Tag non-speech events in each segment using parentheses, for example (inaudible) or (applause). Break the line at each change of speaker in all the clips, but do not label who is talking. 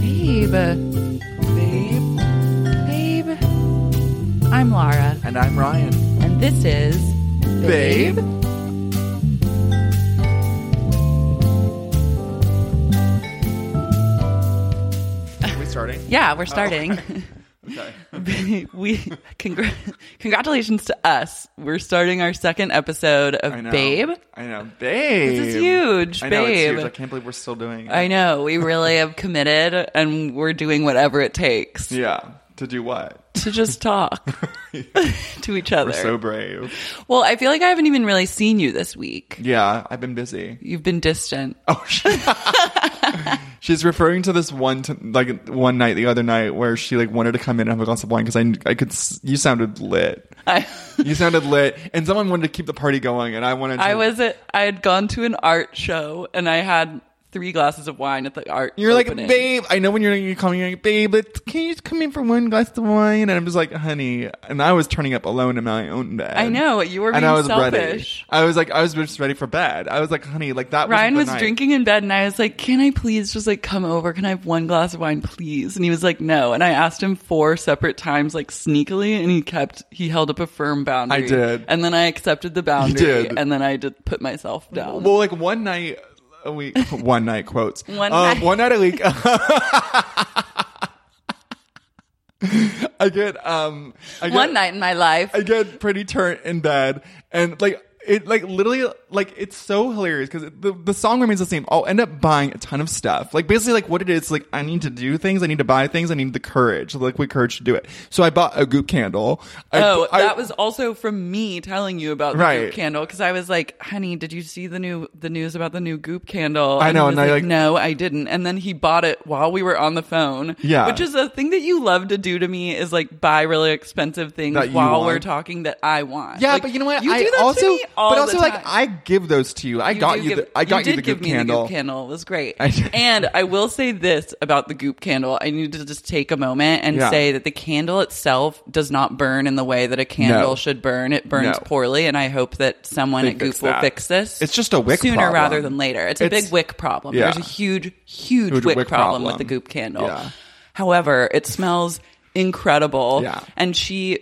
Babe.
Babe.
Babe. I'm Laura,
And I'm Ryan.
and this is
Are we starting?
(laughs)
Oh,
Yeah, we're starting.
Okay.
(laughs) we congr- congratulations to us. We're starting our second episode
I
of
know.
Babe.
I know. Babe.
This is huge,
I know it's
babe.
huge. I can't believe we're still doing it.
I know we really have committed, and we're doing whatever it takes
Yeah. To do what?
to just
(laughs)
talk (laughs) to each other.
We're so brave.
well, I feel like I haven't even really seen you this week.
Yeah, I've been busy.
You've been distant.
Oh, (laughs) she- she's referring to this one, t- like one night, the other night, where she like wanted to come in and have a glass of wine because I, I could, s- you sounded lit. (laughs)
I,
You sounded lit, and someone wanted to keep the party going, and I wanted. to...
I was at, I had gone to an art show, and I had three glasses of wine at the art.
You're like,
opening.
babe. I know when you're, you're calling, you're like, babe. Let's, can you just come in for one glass of wine? And I'm just like, honey. And I was turning up alone in my own bed.
I know, you were
and
being
I was
selfish.
ready. I was like, I was just ready for bed. I was like, honey, like that. wasn't
Ryan
the
was
night.
drinking in bed, and I was like, "Can I please just like come over? Can I have one glass of wine, please?" And he was like, "No." And I asked him four separate times, like sneakily, and he kept he held up a firm boundary.
I did.
and then I accepted the boundary,
did.
and then I did put myself down.
Well, like one night a week, (laughs) one night quotes.
(laughs) One
Um,
night.
one night a week. (laughs) I get um. I get,
One night in my life,
I get pretty turned in bed, and like it, like literally, like it's so hilarious because the the song remains the same. I'll end up buying a ton of stuff. Like basically, like what it is, like I need to do things, I need to buy things, I need the courage, the liquid courage to do it. So I bought a goop candle. I,
oh,
I-
that was also from me telling you about the
Right.
goop candle because I was like, "Honey, did you see the new the news about the new goop candle?"
I know,
he
and
was
I,
like,
like-
"No, I didn't." And then he bought it while we were on the phone.
Yeah.
which is a thing that you love to do to me is like buy really expensive things
That you
while
want.
we're talking that I want.
Yeah,
Like,
but you know what?
You
I
do that
also,
to me all
but also
the
like
time.
I give those to you. I got
do
you.
give-
the, I got you,
did
the
give
goop
me
candle.
The goop candle It was great.
(laughs) I did.
and I will say this about the goop candle. I need to just take a moment and
Yeah.
say that the candle itself does not burn in the way that a candle
No.
should burn. It burns
No.
poorly, and I hope that someone
They
at
fix
Goop will
that.
fix this.
It's just a wick
sooner
problem.
rather than later. It's a
It's-
big wick problem.
Yeah.
There's a huge, huge,
Huge
wick,
wick
problem,
problem.
with the goop candle.
Yeah.
However, it smells incredible.
Yeah.
And she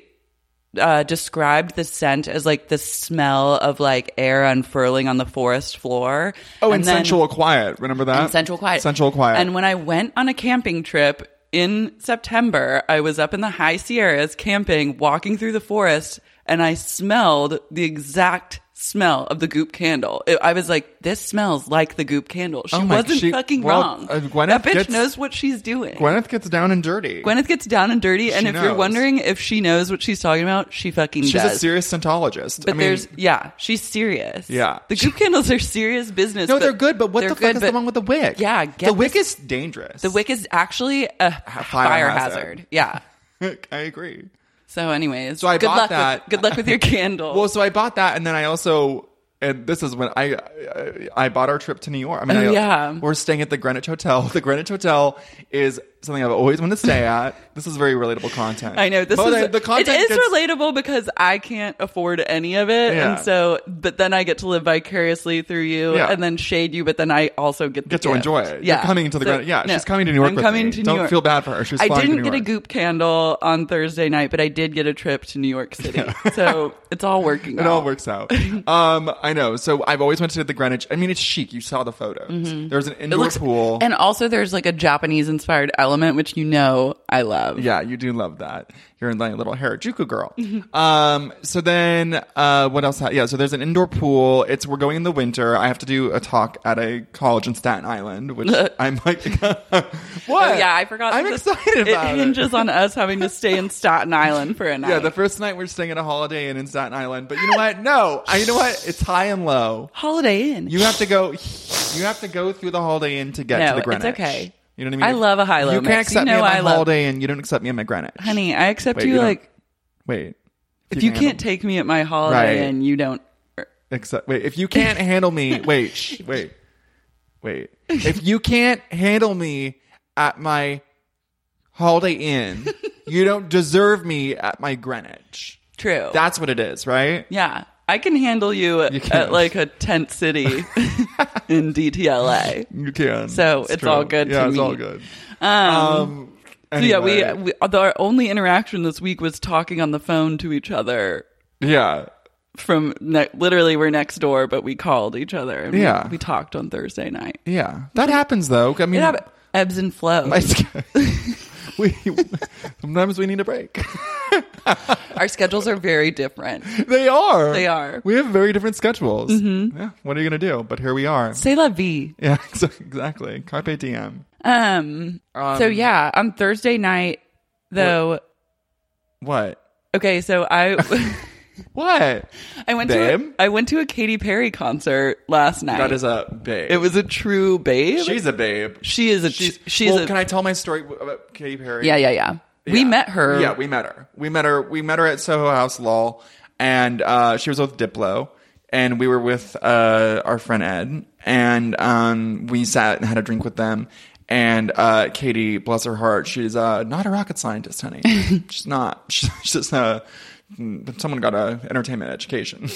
uh, described the scent as like the smell of like air unfurling on the forest floor.
Oh, and,
then-
sensual quiet. Remember that?
and sensual quiet.
Sensual quiet.
And when I went on a camping trip in September, I was up in the high Sierras camping, walking through the forest, and I smelled the exact smell of the goop candle. It- I was like, "This smells like the goop candle." She
Oh my-
wasn't
she-
fucking
well,
wrong.
uh, Gwyneth
that bitch
gets-
knows what she's doing.
Gwyneth gets down and dirty.
Gwyneth gets down and dirty, and
She
if you're
knows.
wondering if she knows what she's talking about, she fucking
She's
does.
a serious scentologist.
but
I mean,
there's yeah, she's serious.
Yeah.
the goop candles are serious business.
no, they're good. But what
they're
the fuck
good,
is the
but-
one with the wick?
Yeah,
the
get
wick
this-
is dangerous.
The wick is actually a fire, hazard.
hazard.
Yeah.
(laughs) I agree.
So, anyways,
So I
good
bought
luck
that.
With, good luck with your candle.
Well, so I bought that, and then I also. And this is when I, I I bought our trip to New York. I mean,
Oh,
I-
yeah.
we're staying at the Greenwich Hotel. (laughs) The Greenwich Hotel is something I've always wanted to
(laughs)
stay at. This is very relatable content.
I know this
But
is
the, the content
It is
gets-
relatable because I can't afford any of it,
Yeah.
and so but then I get to live vicariously through you,
Yeah.
and then shade you, but then I also get the
Get to
gift.
enjoy it.
Yeah,
You're coming to the Grand- yeah, she's coming to New York
I'm
with
coming
me.
to New
Don't
York.
feel bad for her. She's
I
flying to
didn't
New
get a
York.
goop candle on Thursday night, but I did get a trip to New York
(laughs)
City, so it's all working.
It all works out. um, I know. So I've always wanted to the
Mm-hmm.
Greenwich. I mean, it's chic. You saw the photos. There's an indoor pool.
And also, there's like a Japanese inspired element, which you know I love.
Yeah, you do love that. You're in like little Harajuku girl. um, so then, uh, what else? Ha- yeah, so there's an indoor pool. It's we're going in the winter. I have to do a talk at a college in Staten Island,
(laughs)
which I'm like, (laughs) what?
Oh, yeah, I forgot.
I'm
that this-
excited about
it. hinges on us having to stay in Staten Island for a night.
(laughs) Yeah, the first night we're staying at a Holiday Inn in Staten Island, but you know what? No, I, you know what? It's high and low.
Holiday Inn.
You have to go. You have to go through the Holiday Inn to get
No,
to the
it's
Greenwich.
okay.
You know what I mean?
I love a high-low
You can't
mix. You
accept
know
me at
I
my
love-
Holiday Inn. You don't accept me at my Greenwich.
honey, I accept
Wait,
you
you don't-
like
Wait.
if you can't take me at my holiday
Right.
Inn, you don't.
Except wait, if you can't handle me, (laughs) wait, shh, wait, wait. If you can't handle me at my Holiday (laughs) Inn, you don't deserve me at my Greenwich.
True.
That's what it is, right?
yeah, I can handle you, at-
can.
at like a tent city
(laughs)
in DTLA.
You can.
So it's all good
Yeah,
to
it's
me.
all good.
Um,
Um.
so yeah, we,
anyway.
we our only interaction this week was talking on the phone to each other.
Yeah.
From ne- literally, we're next door, but we called each other. And we-
Yeah.
we, talked on Thursday night.
Yeah. That happens though. I mean,
It hab-
(laughs)
ebbs and flows.
it's- we sometimes we need a break.
Our schedules are very different.
(laughs) They are. Mm-hmm.
They are.
We have very different schedules. Yeah. What are you gonna do? But here we are.
Say la vie.
Yeah, (laughs) ex- exactly. Carpe diem.
Um, So yeah, on Thursday night, though.
What?
Okay, so
(laughs)
I
What?
I went to
Babe?
a, I went to a Katy Perry concert last night.
That is a babe.
it was a true babe.
she's a babe.
she is a
She's.
she's
well,
a
can I tell my story about Katy Perry?
yeah yeah yeah. We
Yeah.
met her.
Yeah, we met her. We met her. We met her at Soho House, lol. And uh, she was with Diplo, and we were with uh, our friend Ed, and um, we sat and had a drink with them. And uh, Katie, bless her heart, she's uh, not a rocket
(laughs)
scientist, honey. she's not. (laughs) She's just uh, someone got a
(laughs)
entertainment education.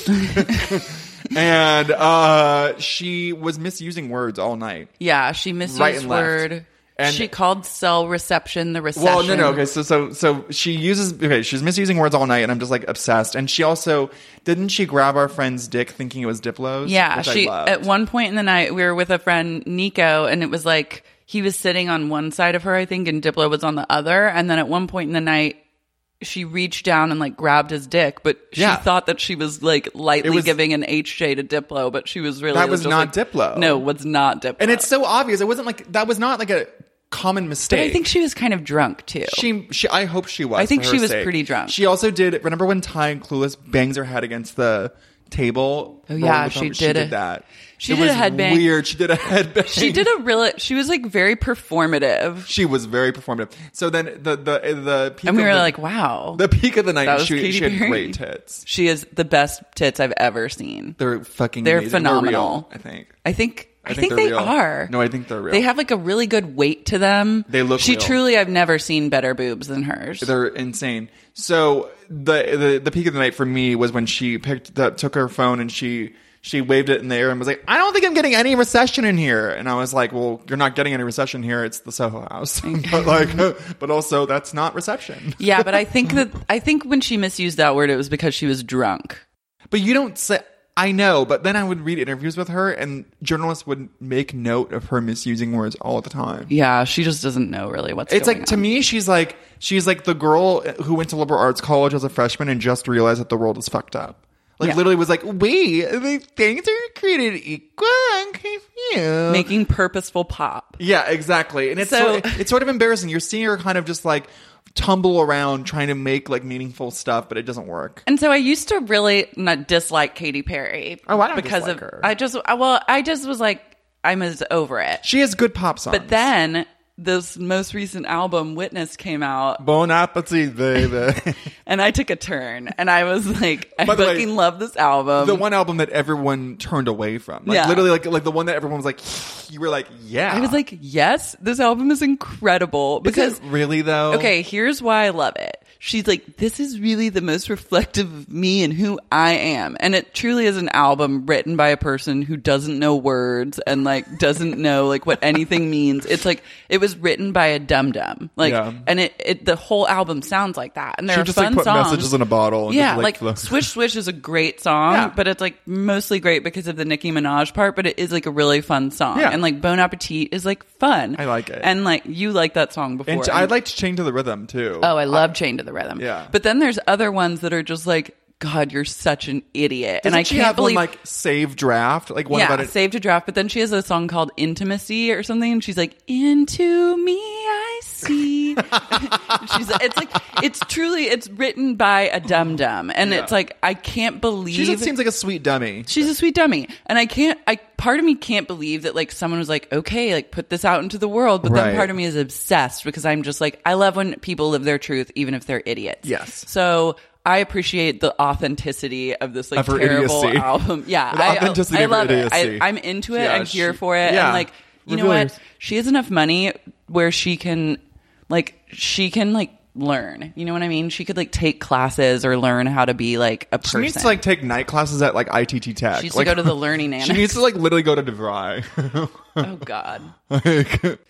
(laughs) and uh, she was misusing words all night.
yeah. She misused
Right and left.
word.
And-
she called cell reception the reception.
Well, no, no. Okay, so so so she uses okay. She's misusing words all night, and I'm just like obsessed. And she also didn't she grab our friend's dick thinking it was Diplo's?
Yeah,
which
she
I loved.
at one point in the night we were with a friend Nico, and it was like he was sitting on one side of her, I think, and Diplo was on the other. And then at one point in the night, she reached down and like grabbed his dick, but she
Yeah.
thought that she was like lightly
It was-
giving an HJ to Diplo, but she was really
That
it
was
just,
not
like-
Diplo.
No, was not Diplo.
and it's so obvious. It wasn't like that was not like a common
But
mistake.
I think she was kind of drunk too.
She, she, I hope she was.
I think
for her
she was
sake.
pretty drunk.
She also did. Remember when Ty and Clueless bangs her head against the table?
Oh, yeah,
Rolling with
she
them?
did a-
that.
she
It
did a
was
headbang.
Weird. She did a headbang. (laughs)
she did a real. She was like very performative,
She was very performative. So then the the the peak
and we
of
were
the-
like, "Wow,
the peak of the night.
that was
she,
Katy
she had
Perry.
great tits.
She is the best tits I've ever seen.
They're fucking.
They're
amazing.
phenomenal.
real, I think.
I think I,
think
think,
they're
they
real.
are.
No, I think they're real.
They have like a really good weight to them.
They look
She
real.
truly, I've never seen better boobs than hers.
They're insane. So the, the the peak of the night for me was when she picked the, took her phone and she she waved it in the air and was like, "I don't think I'm getting any recession in here." And I was like, "Well, you're not getting any recession here. It's the Soho House." (laughs) but like, but also that's not reception.
yeah, but I think
(laughs)
that I think when she misused that word, it was because she was drunk.
But you don't say. I know, but then I would read interviews with her, and journalists would make note of her misusing words all the time.
Yeah, she just doesn't know really what's.
It's
going
like to
on.
me, she's like she's like the girl who went to liberal arts college as a freshman and just realized that the world is fucked up. Like
Yeah.
literally was like, we the things are created equal and confused.
making purposeful pop.
yeah, exactly. And it's
So-
sort of, it's sort of embarrassing. You're seeing her kind of just like tumble around trying to make like meaningful stuff, but it doesn't work.
And so I used to really not dislike Katy Perry.
Oh, I don't
because
dislike
of
her.
I just I- well I just was like I'm as over it.
She has good pop songs.
But then this most recent album Witness came out,
Bon appetit, baby.
and I took a turn, and I was like, I
(laughs) By the way,
fucking love this album.
(laughs) the one album that everyone turned away from. Like
Yeah.
literally like like the one that everyone was like (sighs) you were like, yeah.
I was like, yes, this album is incredible because
Is it really though?
okay, here's why I love it. She's like, this is really the most reflective of me and who I am. And it truly is an album written by a person who doesn't know words and like doesn't know like what
(laughs)
anything means. It's like it was written by a dum dum. Like
Yeah.
and it, it the whole album sounds like that. And there
She
are
just, like,
fun
put
songs.
messages in a bottle and
yeah,
just, like,
like, (laughs)
float.
Swish Swish is a great song,
Yeah.
but it's like mostly great because of the Nicki Minaj part, but it is like a really fun song.
Yeah.
And and like Bon Appetit is like fun.
I like it.
And like you like that song before.
And I'd like to change to the rhythm too.
Oh, I love Chained to the Rhythm.
Yeah.
But then there's other ones that are just like, God, you're such an idiot. and
Doesn't
I
she
can't
have
believe
one, like save draft. Like what
yeah,
about it?
Save to Draft. But then she has a song called Intimacy or something. And she's like, Into me I see. (laughs) she's it's like it's truly it's written by a dum dum. And it's like I can't believe
she just seems like a sweet dummy.
She's a sweet dummy. And I can't, I, part of me can't believe that like someone was like, okay, like put this out into the world. But
Right.
then part of me is obsessed because I'm just like, I love when people live their truth, even if they're idiots.
Yes.
So I appreciate the authenticity of this like
Of her
terrible (laughs)
idiocy.
album. Yeah.
The
I,
authenticity
I
of her
love it.
idiocy.
I, I'm into it.
Yeah,
I'm here
she-
for it.
yeah.
And like, you
Reveal
know
yours.
what? She has enough money where she can, like, she can like, learn you know what i mean she could like take classes or learn how to be like a
She
person
needs to like take night classes at like ITT Tech.
she needs
like,
to go to the learning annex.
(laughs) she needs to like literally go to (laughs) DeVry.
Oh God.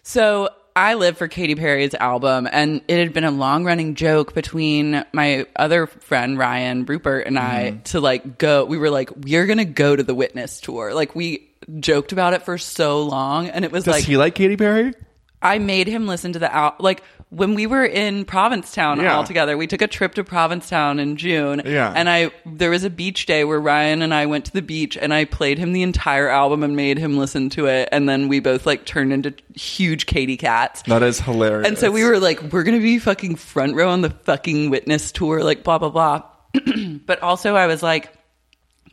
so I live for Katy Perry's album, and it had been a long running joke between my other friend Ryan Rupert and I
Mm-hmm.
to like go. We were like, we're gonna go to the Witness tour. Like we joked about it for so long, and it was
Does
like
he like Katy Perry?
I made him listen to the al- like when we were in Provincetown
Yeah.
all together. We took a trip to Provincetown in June,
Yeah.
And I there was a beach day where Ryan and I went to the beach, and I played him the entire album and made him listen to it, and then we both like turned into huge Katy cats.
That is hilarious.
And so we were like, we're going to be fucking front row on the fucking witness tour, like blah, blah, blah. (clears throat) but also, I was like,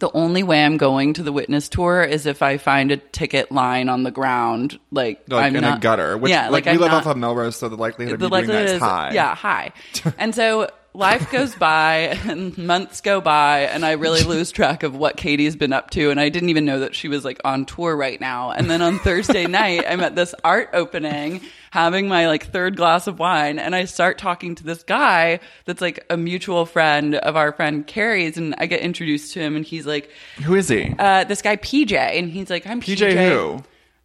the only way I'm going to the witness tour is if I find a ticket line on the ground, like,
like
I'm
in
not,
a gutter. Which,
yeah,
like,
I'm
we live
not-
off of Melrose, so the likelihood of
the
you doing that
likelihood
is,
is
high.
yeah
(laughs)
high and so life goes by and months go by and i really lose track of what katie's been up to and i didn't even know that she was like on tour right now and then on
(laughs)
thursday night i'm at this art opening having my like third glass of wine and i start talking to this guy that's like a mutual friend of our friend carrie's and i get introduced to him and he's like
Who is he?
uh, this guy pj and he's like i'm pj,
PJ who?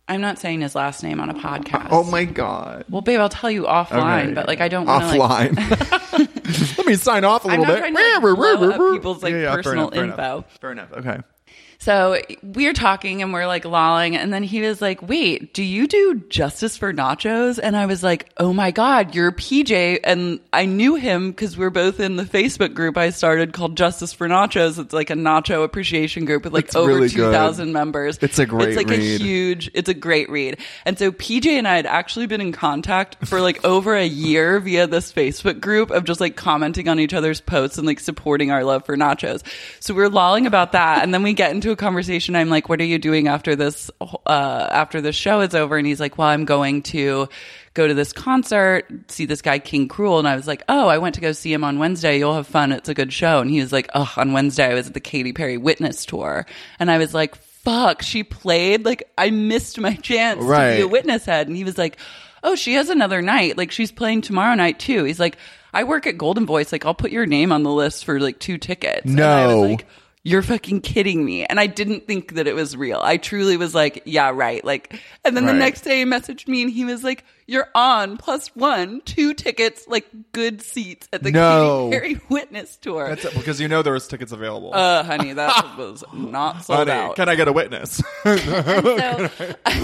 i'm not saying his last name on a podcast
Oh my god.
well, babe, I'll tell you offline,
Okay.
but like I don't want to like
offline.
(laughs)
Let me sign off a
I'm
little
not
bit.
trying to, like, blow up people's, like,
fair
personal
enough, fair enough.
info.
Fair enough. Okay.
(laughs) So we're talking and we're like lolling. And then he was like, Wait, do you do Justice for Nachos? And I was like, Oh my God, you're PJ. And I knew him because we're both in the Facebook group I started called Justice for Nachos. It's like a nacho appreciation group with like
It's
over
really good.
2,000 members.
It's a great
It's like
read.
a huge, it's a great read. And so PJ and I had actually been in contact for like (laughs) over a year via this Facebook group of just like commenting on each other's posts and like supporting our love for nachos. So we we're lolling about that. And then we get into a conversation. I'm like, what are you doing after this, uh, after this show is over? And he's like, well, I'm going to go to this concert, see this guy, King Cruel. And I was like, oh, I went to go see him on Wednesday. You'll have fun. It's a good show. And he was like, oh, on Wednesday, I was at the Katy Perry Witness Tour. And I was like, fuck, she played. Like, I missed my chance to
Right.
be a witness head. And he was like, oh, she has another night. Like, she's playing tomorrow night, too. He's like, I work at Golden Voice. Like, I'll put your name on the list for like two tickets. And I
No.
was like, you're fucking kidding me. And I didn't think that it was real. I truly was like, yeah, right. Like, and then
Right.
the next day he messaged me and he was like, you're on plus one, two tickets, like good seats at the
No.
Katy Perry (laughs) Witness Tour.
That's it, because you know there was tickets available.
uh, honey,
(laughs)
that was not sold
Honey,
out.
can I get a witness? (laughs)
so (laughs) I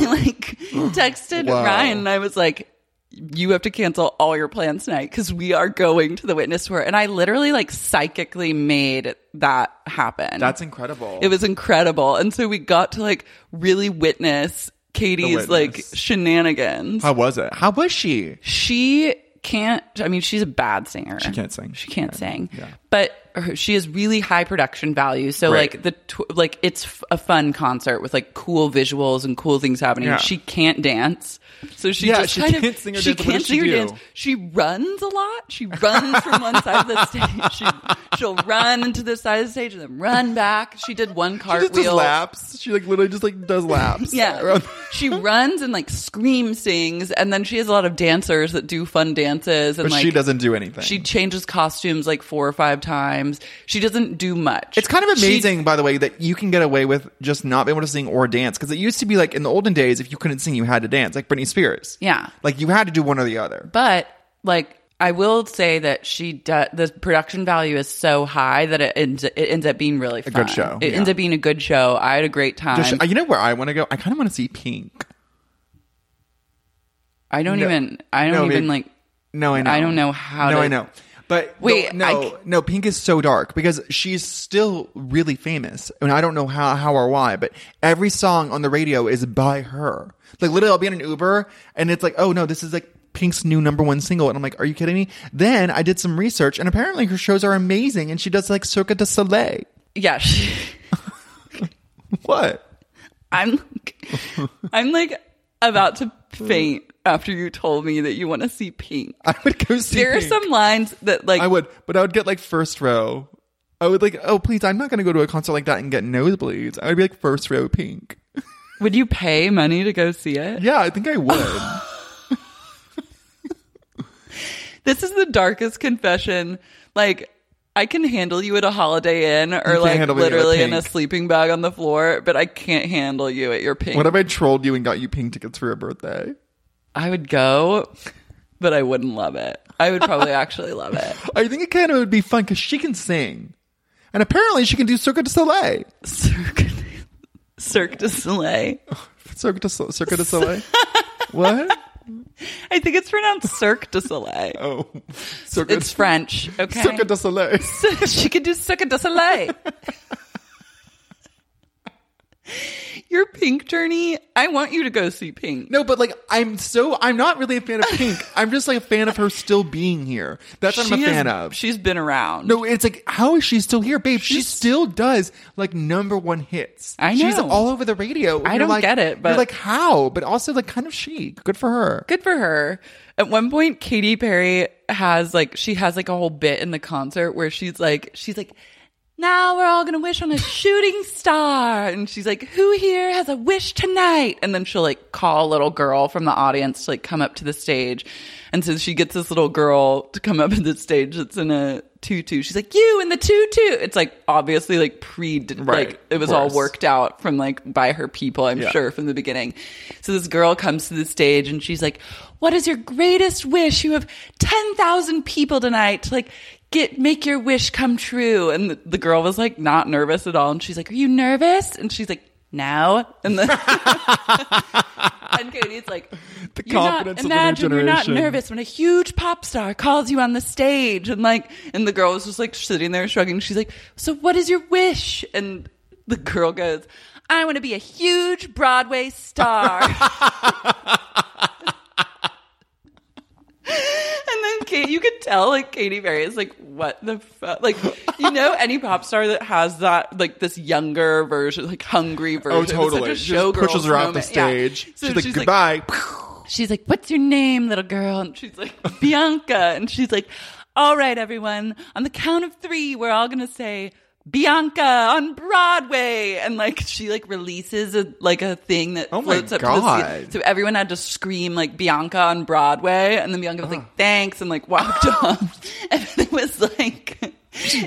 like texted
Wow.
Ryan and I was like, you have to cancel all your plans tonight because we are going to the witness tour. And I literally like psychically made that happen.
That's incredible.
It was incredible. And so we got to like really witness
witness.
Katie's like shenanigans.
How was it? How was she?
she can't, I mean, she's a bad singer. She
can't sing.
She can't sing. But her, she has really high production value. So
Right.
like the, tw- like it's f- a fun concert with like cool visuals and cool things happening.
Yeah.
She can't dance. So she
Yeah,
just
she
kind
can't
of,
sing or
she
dance. What
can't
does
sing
she
or
do?
dance. She runs a lot. She runs from one side of the (laughs) stage. She, she'll run into the side of the stage and then run back. She did one
She just
cartwheel.
does laps. She like literally just like does
(laughs)
laps.
Yeah.
Around-
she runs and like scream sings and then she has a lot of dancers that do fun dances and
but
like
she doesn't do anything.
she changes costumes like four or five times. She doesn't do much.
It's kind of
She-
amazing, by the way, that you can get away with just not being able to sing or dance. Because it used to be like in the olden days, if you couldn't sing, you had to dance, like Britney Spears.
Yeah.
like you had to do one or the other.
but like I will say that she does the production value is so high that it ends, it ends up being really fun.
good show,
It
yeah.
ends up being a good show. I had a great time.
Just- you know where I want to go? I kind of want to see Pink.
I don't even. I
No,
don't even
babe.
like.
No, I know.
I don't know how
No,
to-
I know. But
Wait,
no,
I
no,
c-
no, Pink is so dark because she's still really famous, and I don't know how, how or why. But every song on the radio is by her. Like literally, I'll be in an Uber, and it's like, oh no, this is like Pink's new number one single, and I'm like, are you kidding me? Then I did some research, and apparently her shows are amazing, and she does like Cirque du Soleil. (laughs)
Yeah. she- (laughs)
What?
I'm.
(laughs)
I'm like about to faint after you told me that you want to see Pink.
I would go see.
There are
Pink.
some lines that like
I would, but I would get like first row. I would like, oh please, I'm not going to go to a concert like that and get nosebleeds. I would be like first row Pink.
Would you pay money to go see it?
Yeah, I think I would.
This is the darkest confession. Like, I can handle you at a Holiday Inn or
can't
like
handle me at a
literally in a
Pink.
sleeping bag on the floor, but I can't handle you at your pink.
(sighs) what if I trolled you and got you pink tickets for your birthday?
I would go, but I wouldn't love it. I would
(laughs)
probably actually love it.
I think it kind of would be fun because she can sing, and apparently she can do Cirque du Soleil.
Cirque, Cirque du Soleil.
Cirque du, Sol- (laughs) Cirque du Soleil. what?
I think it's pronounced Cirque du Soleil.
Oh, Cirque
It's French. Okay.
(laughs) Cirque du Soleil.
(laughs) she could do Cirque du
(laughs)
Soleil. Your pink journey. I want you to go see Pink.
No, but like I'm so I'm not really a fan of Pink. I'm just like a fan of her still being here. That's what I'm a
has-
fan of.
She's been around.
No, it's like how is she still here, babe? she still does like number one hits.
I
She's
know.
all over the radio.
I
You're
don't
like-
get it, but-
you're like how? But also like kind of chic. Good for her.
good for her. At one point, Katy Perry has like she has like a whole bit in the concert where she's like she's like. Now we're all gonna wish on a shooting star. And she's like, Who here has a wish tonight? And then she'll like call a little girl from the audience to like come up to the stage. And so she gets this little girl to come up (laughs) to the stage that's in a tutu. She's like, You in the tutu. It's like obviously like pre
Right,
like it was
of
all
course.
worked worked out from like by her people, I'm
Yeah.
sure, from the beginning. So this girl comes to the stage and she's like, What is your greatest wish? You have 10,000 people tonight to like get, make your wish come true. And the, the girl was like, not nervous at all. And she's like, Are you nervous? And she's like, No. And then, and Katie's like,
The
you're not-
confidence of the new
imagine you're not
generation."
nervous when a huge pop star calls you on the stage and like and the girl is just like sitting there shrugging she's like so what is your wish and the girl goes i want to be a huge broadway star (laughs)
(laughs)
and then kate you could tell like katie perry is like what the fuck like you know any pop star that has that like this younger version like hungry version
Oh,
it's
totally.
such
She
a
just
showgirl
pushes her off the
moment. Yeah.
stage.
So
she's like, goodbye.
she's like, What's your name, little girl? And she's
(laughs)
like, Bianca. And she's like, All right, everyone, on the count of three, we're all gonna say Bianca on Broadway. And like she like releases a like a thing that
Oh my
floats up to the ceiling.
God.
So everyone had to scream like Bianca on Broadway. And then Bianca was like, Thanks, and like
(laughs)
walked off. And it was like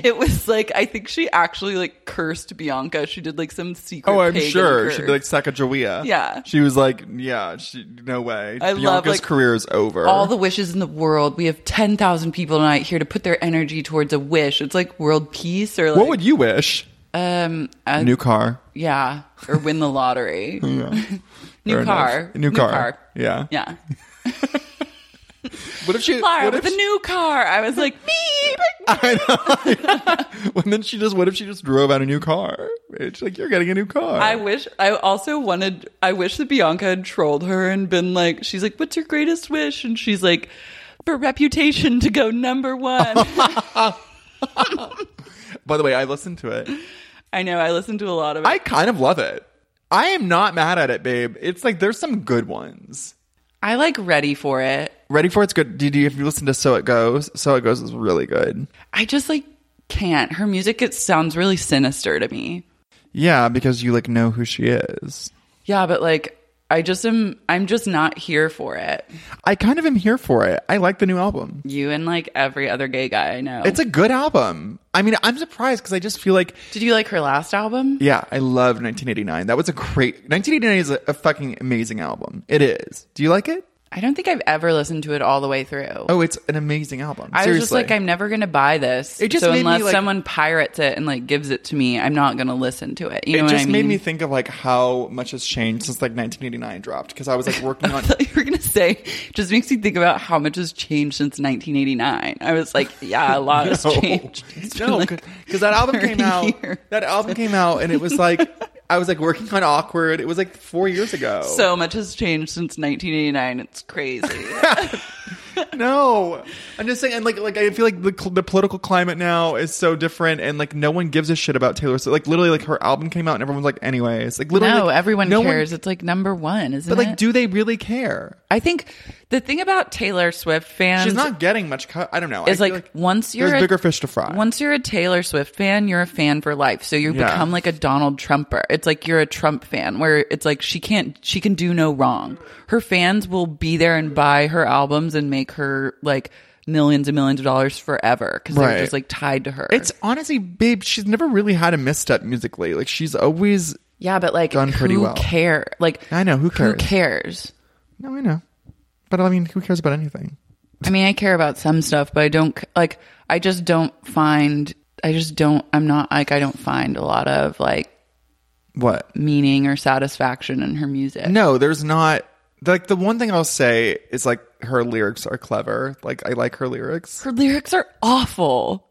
it was like I think she actually like cursed Bianca. She did like some secret.
oh, I'm
pagan
sure. She'd
curse.
be like Sacagawea.
Yeah.
She was like, yeah, she, no way.
I
Bianca's
love, like,
career is over.
all the wishes in the world. We have 10,000 people tonight here to put their energy towards a wish. It's like world peace or like,
what would you wish?
um, a-
New car.
yeah, or win the lottery.
(laughs) Fair
New,
enough.
car.
New car. Yeah. (laughs)
Yeah.
What if she?
Car
what
with
if
a
she-
new car. I was like,
(laughs)
me. like,
And then she just. What if she just drove out a new car? It's like you're getting a new car.
I wish, I also wanted, I wish that Bianca had trolled her and been like, she's like, what's your greatest wish? And she's like, for reputation to go number
(laughs)
one.
By the way, I listened to it.
I know, I listened to a lot of it.
I kind of love it. I am not mad at it, babe. It's like there's some good ones.
I like ready for it.
Ready for it's good. Did you if you listen to So It Goes? So It Goes is really good.
I just like can't. Her music it sounds really sinister to me.
Yeah, because you like know who she is.
Yeah, but like I just am I'm just not here for it.
I kind of am here for it. I like the new album.
You and like every other gay guy I know.
It's a good album. I mean, I'm surprised because I just feel like
Did you like her last album?
yeah, I loved 1989. That was a great 1989 is a, a fucking amazing album. It is. Do you like it?
I don't think I've ever listened to it all the way through.
Oh, it's an amazing album.
I
Seriously.
was just like, I'm never gonna buy this.
It just
so
made me,
unless
like-
someone pirates it and like gives it to me, I'm not gonna listen to it. You know
it
what
just
I mean? (laughs)
made me think of like how much has changed since like 1989 dropped because I was like
(laughs)
working on.
you were gonna say just makes me think about how much has changed since 1989. I was like, yeah, a lot
(laughs)
has changed. It's been,
no, (laughs)
like,
because that album came
30
out.
years.
That album came out, and it was like I was like working on awkward. It was like four years ago.
So much has changed since 1989. It's (laughs) crazy.
no, I'm just saying, and like like I feel like the cl- the political climate now is so different, and like no one gives a shit about Taylor Swift. Like literally, like her album came out, and everyone's like, anyways, like literally,
no,
like,
everyone
no one-
cares. it's like number one, isn't
but
it?
like, do they really care?
I think the thing about Taylor Swift fans
She's not getting much. Co- I don't know. I
is
feel
like, once you're
there's
a-
bigger fish to fry.
Once you're a Taylor Swift fan, you're a fan for life. So you
Yeah.
become like a Donald Trumper. It's like you're a Trump fan where it's like she can't she can do no wrong. Her fans will be there and buy her albums and make her like millions and millions of dollars forever cuz
Right.
they're just like tied to her.
It's honestly, babe, she's never really had a misstep musically. Like she's always
yeah, but like
done pretty
who
well.
care? Like
I know, who
Who
cares?
cares?
No, I know. But I mean, who cares about anything?
I mean, I care about some stuff, but I don't c- like. I just don't find. I just don't. I'm not like. I don't find a lot of like
What?
meaning or satisfaction in her music.
No, there's not like the one thing I'll say is like her lyrics are clever. Like I like her (laughs) lyrics.
her lyrics are awful.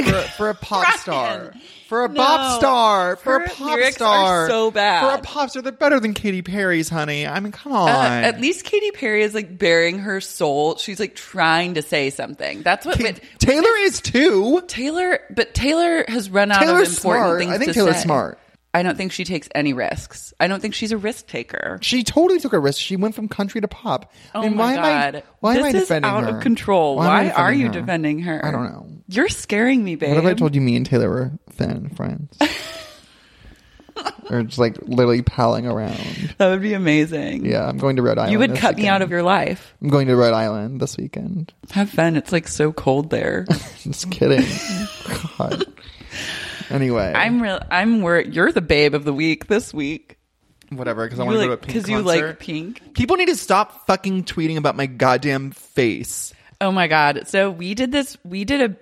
For, a- for a pop
Brian,
star. For a
no.
pop star. For
Her
a pop
lyrics are
star.
so bad.
For a pop star. They're better than Katy Perry's, honey. I mean, come on.
Uh, at least Katy Perry is like bearing her soul. She's like trying to say something. That's what
K-
but
Taylor is too.
Taylor. But Taylor has run out
Taylor's
of important
smart.
things.
I think
to
Taylor's
say.
smart.
I don't think she takes any risks. I don't think she's a risk taker.
She totally took a risk. She went from country to pop.
Oh
I mean,
my
why
god!
Am I, why
this
am I defending
is out
her?
of control.
am I
Why, are
defending
you
her?
defending her?
I don't know.
You're scaring me, babe.
What if I told you me and Taylor were thin
(laughs)
friends? or just like literally palling around.
that would be amazing.
Yeah, I'm going to Rhode Island.
You would
this
cut me out
weekend.
of your life.
I'm going to Rhode Island this weekend.
Have fun. It's like so cold
(laughs)
there. (laughs)
Just kidding. God. Anyway,
I'm real. I'm wor You're the babe of the week this week.
whatever because I
You
want
like-
to go to a pink
'cause
concert.
you like Pink.
People need to stop fucking tweeting about my goddamn face.
Oh my god. So we did this we did a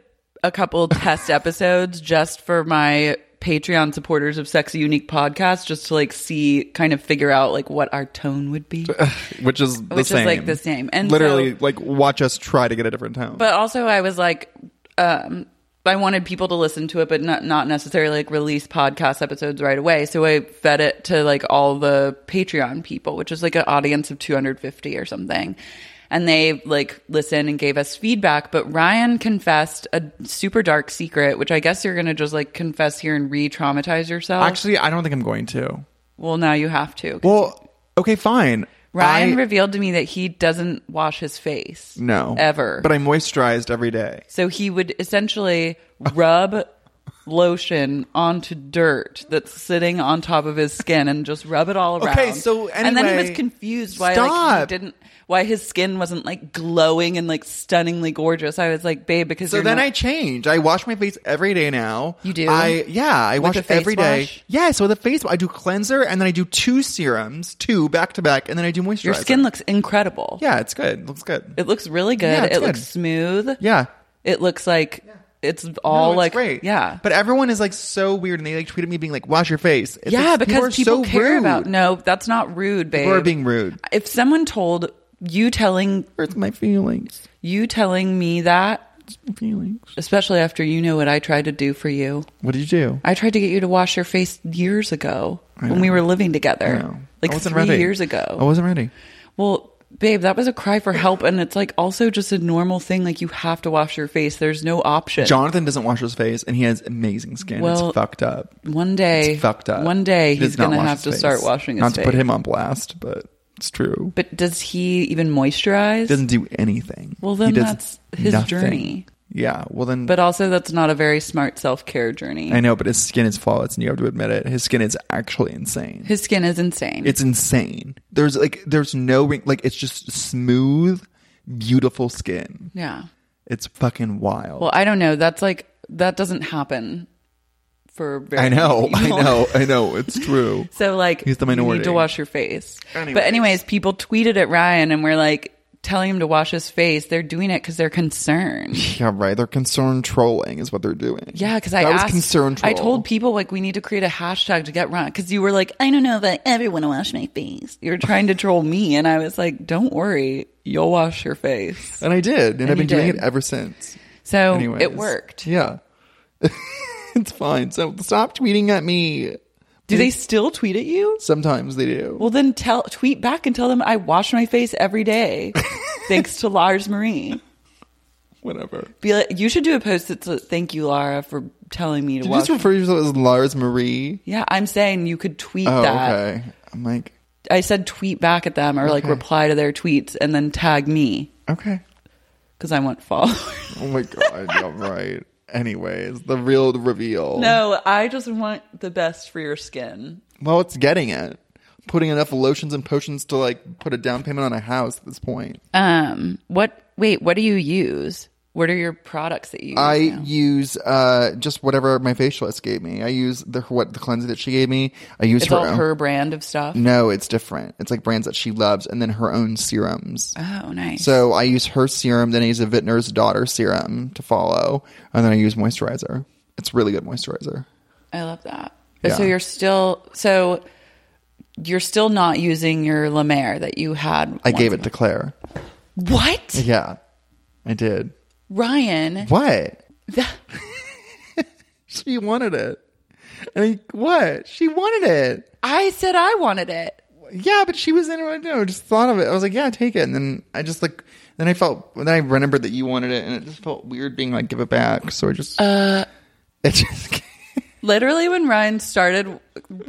a
(laughs)
couple test episodes just for my Patreon supporters of Sexy Unique podcast just to like see kind of figure out like what our tone would
(laughs)
be.
Which is the
Which is,
same.
like, the same. And
literally,
so-
like, watch us try to get a different tone.
But also I was like um I wanted people to listen to it but not not necessarily like release podcast episodes right away. So I fed it to like all the Patreon people, which is like an audience of 250 or something. And they like listened and gave us feedback, but Ryan confessed a super dark secret, which I guess you're going to just like confess here and re-traumatize yourself.
Actually, I don't think I'm going to.
well, now you have to.
Well, okay, fine.
Ryan
I-
revealed to me that he doesn't wash his face.
no
Ever.
But I moisturized every day.
So he would essentially rub lotion onto dirt that's sitting on top of his skin and just rub it all around.
Okay, so
and then he was
anyway,
confused why
stop.
like he didn't why his skin wasn't like glowing and like stunningly gorgeous. I was like, babe, because
So
you're
then
not-
I change. I wash my face every day now.
You do?
I yeah. I
With
wash
a face
every day.
wash?
Yes, with a face. I do cleanser and then I do two serums, two back to back, and then I do moisturizer.
your skin looks incredible.
yeah, it's good. Looks good.
It looks really good.
Yeah,
it
it's good.
looks smooth.
yeah.
It looks like it's all
No, it's
like
great.
yeah.
But everyone is like so weird, and they like tweeted me being like, "Wash your face." It's
yeah,
like,
because
are
people
so
care
rude.
about no, that's not rude, babe.
People are being rude.
If someone told you telling
Hurts my feelings.
you telling me that,
Hurts my feelings.
especially after you know what I tried to do for you.
What did you do?
I tried to get you to wash your face years ago when we were living
I
together,
know.
like
I wasn't
three
ready.
years
I
ago.
wasn't ready.
Well, babe, that was a cry for help, and it's like also just a normal thing. Like you have to wash your face. There's no option.
Jonathan doesn't wash his face, and he has amazing skin.
Well,
it's fucked up.
one day,
It's fucked up.
One day
He does
he's
not
gonna
wash
have
his
to
face.
start washing his
Not
face.
to put him on blast, but it's true.
But does he even moisturize?
He doesn't do anything.
Well, then
He does
that's his journey.
Yeah. Well, then.
But also, that's not a very smart self care journey.
I know, but his skin is flawless, and you have to admit it. His skin is actually insane.
His skin is insane.
it's insane. There's like there's no ring. Like it's just smooth, beautiful skin.
yeah.
It's fucking wild.
Well, I don't know. That's like that doesn't happen for very (laughs)
I know, I
many people.
know, I
(laughs)
know. It's true.
So like
He's the
you
minority.
need to wash your face. But
Anyways.
anyways, people tweeted at Ryan and were like telling him to wash his face. They're doing it cuz they're
(laughs)
concerned.
Yeah, right. They're concerned trolling is what they're doing.
Yeah, cuz I
that
asked
was concerned.
I
Troll.
told people like we need to create a hashtag to get Ryan cuz you were like I don't know that everyone will wash my face. You were
(laughs)
trying to troll me and I was like don't worry, you'll wash your
(laughs)
face.
and I did, and, I've
you
been doing
did.
it ever since.
So
Anyways.
it worked.
Yeah, (laughs) it's fine. So stop tweeting at me.
Do they still tweet at you?
Sometimes they do.
Well then tell tweet back and tell them I wash my face every (laughs) day thanks to Lars Marie.
Whatever.
Be like, you should do a post that's like, thank you, Lara, for telling me to
Did you
watch.
just refer to yourself as Lars Marie?
yeah, I'm saying you could tweet
Oh,
that.
okay. I'm like,
I said tweet back at them or like
Okay.
reply to their tweets and then tag me
okay.
because I want followers.
Oh my god, you're (laughs) right. Anyways, the real reveal.
no, I just want the best for your skin.
Well, it's getting it. Putting enough lotions and potions to like put a down payment on a house at this point.
Um, what? Wait, what do you use? What are your products that you use?
I use uh just whatever my facialist gave me. I use the what the cleanser that she gave me. I use
it's
her
all
own.
her brand of stuff. Mm.
No, it's different. It's like brands that she loves, and then her own serums.
Oh, nice.
So I use her serum, then I use a Vintner's daughter serum to follow, and then I use moisturizer. It's really good moisturizer.
I love that. But So
Yeah.
you're still so you're still not using your La Mer that you had.
I
once
gave
in
it to Claire.
a- what?
Yeah, I did.
Ryan.
What?
That-
(laughs) She wanted it. I mean, what? She wanted it.
I said I wanted it.
Yeah, but she was in. I know. Just thought of it. I was like, yeah, take it. And then I just like. Then I felt. Then I remembered that you wanted it, and it just felt weird being like, give it back. So I just. Uh. (laughs) It just.
Literally, when Ryan started,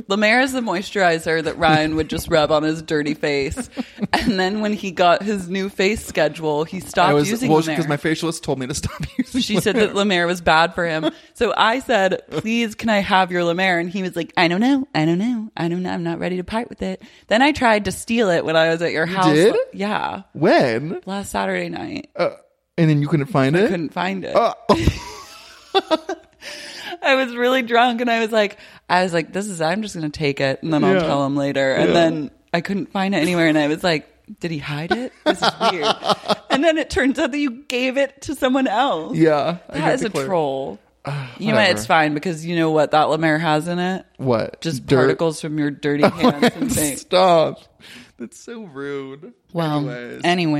La Mer is the moisturizer that Ryan would just rub on his dirty face. And then when he got his new face schedule, he stopped
I was
using
well
La Mer.
because my facialist told me to stop (laughs)
(laughs)
using.
she said that La Mer was bad for him. So I said, please, can I have your La Mer? And he was like, I don't know. I don't know. I don't know. I'm not ready to part with it. Then I tried to steal it when I was at your house.
did?
Yeah.
when,
Last Saturday night.
uh, and then you couldn't find it.
couldn't find it.
Oh.
(laughs) I was really drunk and I was like, I was like, this is, I'm just going to take it and then I'll
Yeah.
tell him later. And
Yeah.
then I couldn't find it anywhere. And I was like, did he hide it? This is
(laughs)
weird. and then it turns out that you gave it to someone else.
Yeah, I
That
got
is
the
a
clear- (sighs)
troll. you know what?
whatever.
It's fine because you know what that Lemaire has in it?
What?
Just
Dirt?
particles from your
(laughs)
dirty hands and things.
Stop. That's so rude.
Well,
Anyways.
anyway.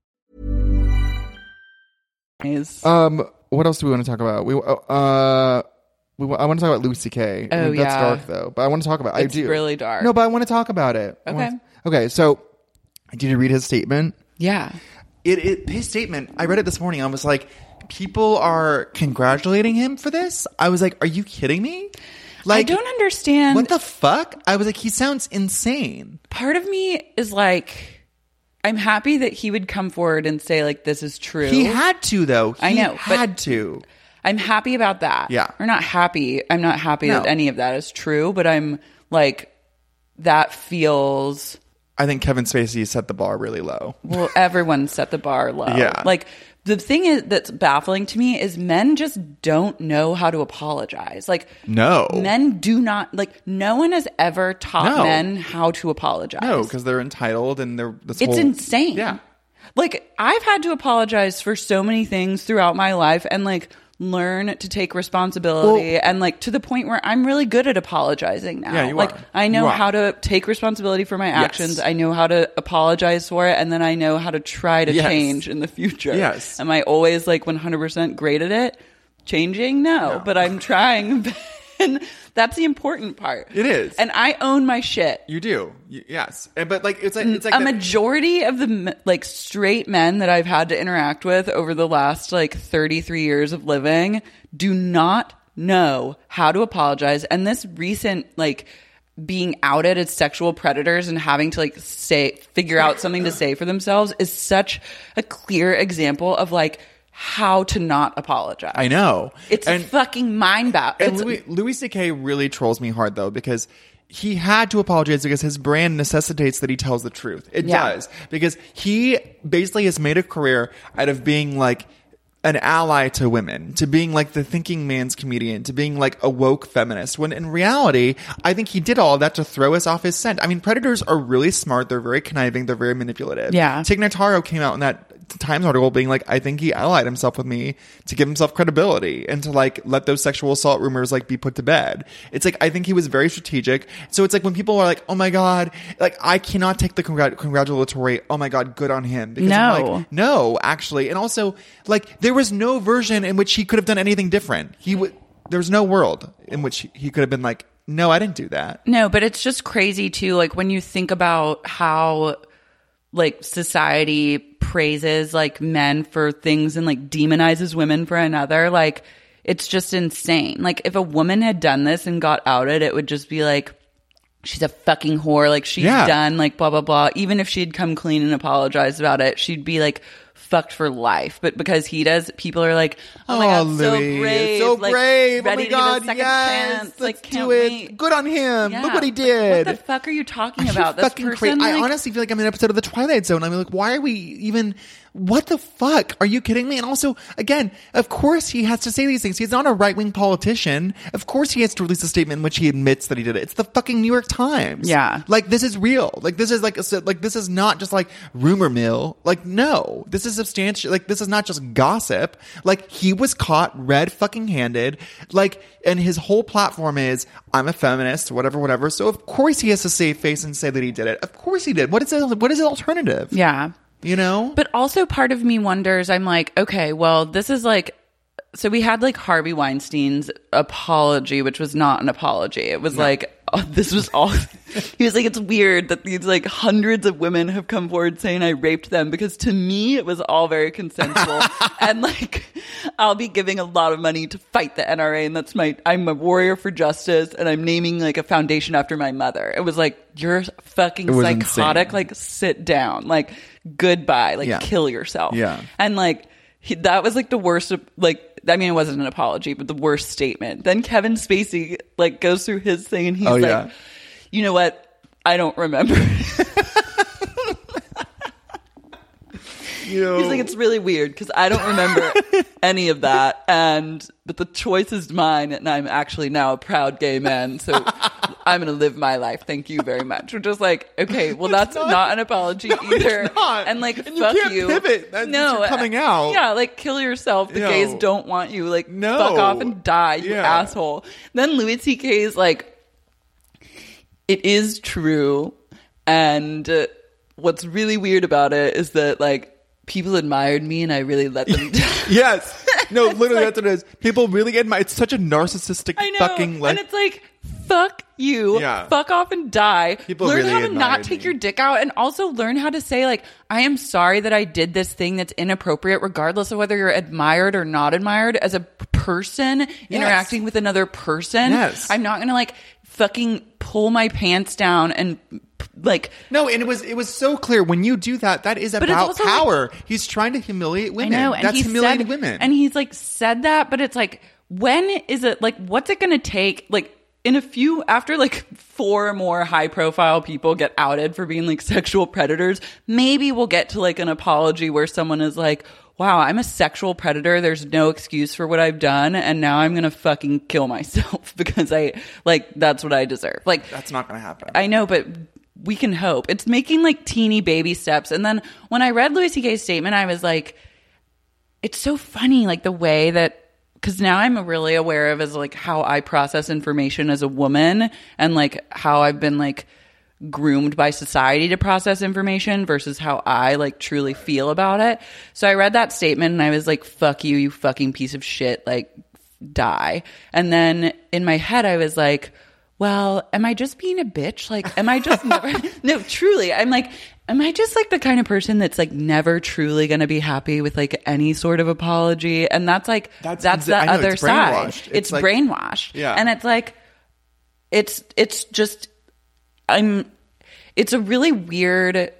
Is,
Um, what else do we want to talk about? We oh, uh, we wa- I want to talk about Louis C.K. I
Oh,
mean, that's
yeah.
dark though. But I want to talk about.
It's
I do
really dark.
No, but I want to talk about it. I wanna-
Okay.
okay. So, did you read his statement?
yeah.
It, it his statement. I read it this morning. I was like, people are congratulating him for this. I was like, are you kidding me? Like,
I don't understand.
What the fuck? I was like, he sounds insane.
part of me is like I'm happy that he would come forward and say like this is true.
He had to though. He
I know, but-
had to.
I'm happy about that.
Yeah.
Or not happy. I'm not happy
No.
that any of that is true, but I'm like that feels
I think Kevin Spacey set the bar really low.
well everyone set the bar low.
Yeah.
Like the thing is that's baffling to me is men just don't know how to apologize. Like
No.
Men do not like no one has ever taught
No.
men how to apologize.
No, because they're entitled and they're this
It's
whole-
insane.
Yeah,
Like I've had to apologize for so many things throughout my life and like learn to take responsibility and like to the point where I'm really good at apologizing now.
Yeah, you
like
are.
I know
You are.
how to take responsibility for my actions. I know how to apologize for it and then I know how to try to
Yes.
change in the future.
Yes.
Am I always like 100% great at it? Changing? No, but I'm trying. (laughs) and that's the important part.
It is.
And I own my shit.
you do. Y- yes, and, but like it's like it's like
a
that-
majority of the m- like straight men that I've had to interact with over the last like 33 years of living do not know how to apologize. And this recent, like, being outed as sexual predators and having to like say figure out something to say for themselves is such a clear example of like how to not apologize.
I know.
It's
and,
fucking mind
and
boggling.
Louis, Louis C.K. really trolls me hard though because he had to apologize because his brand necessitates that he tells the truth. It
Yeah.
does because he basically has made a career out of being like an ally to women, to being like the thinking man's comedian, to being like a woke feminist. When in reality, I think he did all that to throw us off his scent. I mean, predators are really smart. They're very conniving. They're very manipulative.
Yeah.
Tig Notaro came out in that Times article being like, I think he allied himself with me to give himself credibility and to like let those sexual assault rumors like be put to bed. It's like I think he was very strategic. So it's like when people are like, oh my god, like I cannot take the congrat- congratulatory. Oh my god, good on him. Because I'm
No.
like, no, actually, and also like there was no version in which he could have done anything different. He would. There was no world in which he- he could have been like, no, I didn't do that.
No, but it's just crazy too. Like when you think about how like society praises like men for things and like demonizes women for another, like it's just insane. Like if a woman had done this and got outed, it would just be like she's a fucking whore, like she's
Yeah.
done, like blah blah blah. Even if she'd come clean and apologized about it, she'd be like fucked for life. But because he does, people are like, "Oh, my
Aw,
god, so brave,
so
like,
brave!
ready
oh my
to give a
god,
second
yes,
chance,
let's
like can't
do it.
wait."
Good on him.
Yeah.
Look what he
Like,
did.
what the fuck are you talking
Are you
about? This
fucking
person,
crazy. I
like-
honestly feel like I'm in an episode of The Twilight Zone. I'm like, why are we even? What the fuck? Are you kidding me? And also, again, of course he has to say these things. He's not a right wing politician. Of course he has to release a statement in which he admits that he did it. It's the fucking New York Times.
Yeah.
like this is real. Like this is like a, like this is not just like rumor mill. Like no, this is substantial. Like this is not just gossip. Like he was caught red fucking handed. Like and his whole platform is I'm a feminist, whatever, whatever. So of course he has to save face and say that he did it. Of course he did. What is the, what is the alternative?
Yeah.
you know.
But also part of me wonders, I'm like, okay, well, this is like so we had like Harvey Weinstein's apology, which was not an apology. It was like (laughs) oh, this was all he was like, it's weird that these like hundreds of women have come forward saying I raped them because to me it was all very
(laughs)
consensual. and like I'll be giving a lot of money to fight the NRA and that's my I'm a warrior for justice and I'm naming like a foundation after my mother. It was like you're fucking
It was
psychotic.
insane.
Like like sit down like goodbye like
Yeah.
kill yourself
Yeah.
and like he, that was like the worst like I mean, it wasn't an apology, but the worst statement. Then Kevin Spacey like goes through his thing, and he's
Oh,
like,
yeah.
"You know what? I don't remember." (laughs) he's like, "It's really weird because I don't
(laughs)
remember any of that." And but the choice is mine, and I'm actually now a proud gay man, so
(laughs)
I'm gonna live my life. Thank you very much. We're just like, okay, well, that's not, an apology either,
not.
and like,
And you
fuck
can't pivot. That's- you're coming out.
Yeah, like kill yourself. The
Yo.
gays don't want you. Like
No.
fuck off and die, you
Yeah.
asshole. Then Louis C.K. is like, it is true, and uh, what's really weird about it is that like people admired me and I really let them down.
Yes.
(laughs)
No, literally, that's what it is. People really admire. It's such a narcissistic
I know,
fucking. Like,
and it's like. Fuck you.
Yeah.
Fuck off and die.
People
learn
really
how to not
admired
take
me.
your dick out and also learn how to say, like, I am sorry that I did this thing that's inappropriate, regardless of whether you're admired or not admired as a p- person interacting with another person.
Yes.
I'm not going to, like, fucking pull my pants down and, p- like,
No, and it was it was so clear when you do that. That is
it's
about
also
power. he's trying to humiliate women.
I know, and
That's
he
humiliating
said,
women.
And he's like said that, but it's like, when is it like, what's it going to take? Like in a few, after like four more high profile people get outed for being like sexual predators, maybe we'll get to like an apology where someone is like, wow, I'm a sexual predator. There's no excuse for what I've done. And now I'm going to fucking kill myself (laughs) because I like, that's what I deserve. Like
that's not going to happen.
I know, but we can hope. It's making like teeny baby steps. And then when I read Louis C.K.'s statement, I was like, it's so funny, like the way that because now I'm really aware of is like how I process information as a woman and like how I've been like groomed by society to process information versus how I like truly feel about it. So I read that statement and I was like, fuck you, you fucking piece of shit. Like, die. And then in my head, I was
(laughs)
like, well, am I just being a bitch? Like, am I just never? no, truly, I'm like, Am I just like the kind of person that's like never truly going to be happy with like any sort of apology? And that's like,
That's
that's,
exa-
the
I know,
other
it's brainwashed.
side.
It's
It's,
like-
brainwashed.
Yeah.
And it's like, it's, it's just, I'm, it's a really weird,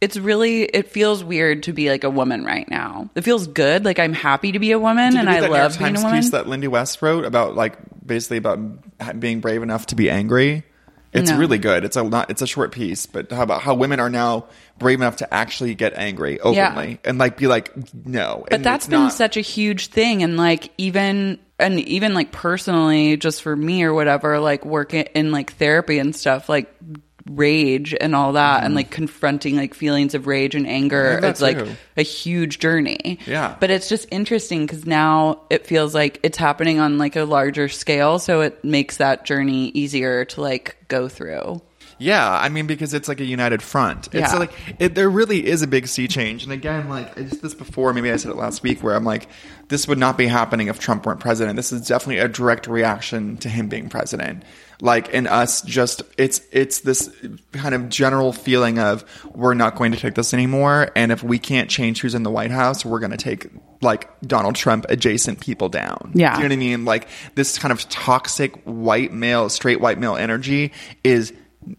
it's really, it feels weird to be like a woman right now. It feels good. Like I'm happy to be a woman
Did you
and
read
I
that New York
love being
Times
a woman.
piece that Lindy West wrote about like basically about ha- being brave enough to be angry. It's
No.
really good. It's a not. It's a short piece, but how about how women are now brave enough to actually get angry openly and like be like no.
but that's been such a huge thing and like even and even like personally just for me or whatever like working in like therapy and stuff like rage and all that
Mm-hmm.
and like confronting like feelings of rage and anger
that
it's like
too.
a huge journey
Yeah.
but it's just interesting because now it feels like it's happening on like a larger scale so it makes that journey easier to like go through
Yeah, I mean because it's like a united front. It's
Yeah.
like it, there really is a big sea change. And again, like I just this before, maybe I said it last week, where I'm like, this would not be happening if Trump weren't president. This is definitely a direct reaction to him being president. Like in us, just it's it's this kind of general feeling of we're not going to take this anymore, and if we can't change who's in the White House, we're going to take like Donald Trump adjacent people down.
Yeah.
Do you know what I mean? Like this kind of toxic white male, straight white male energy is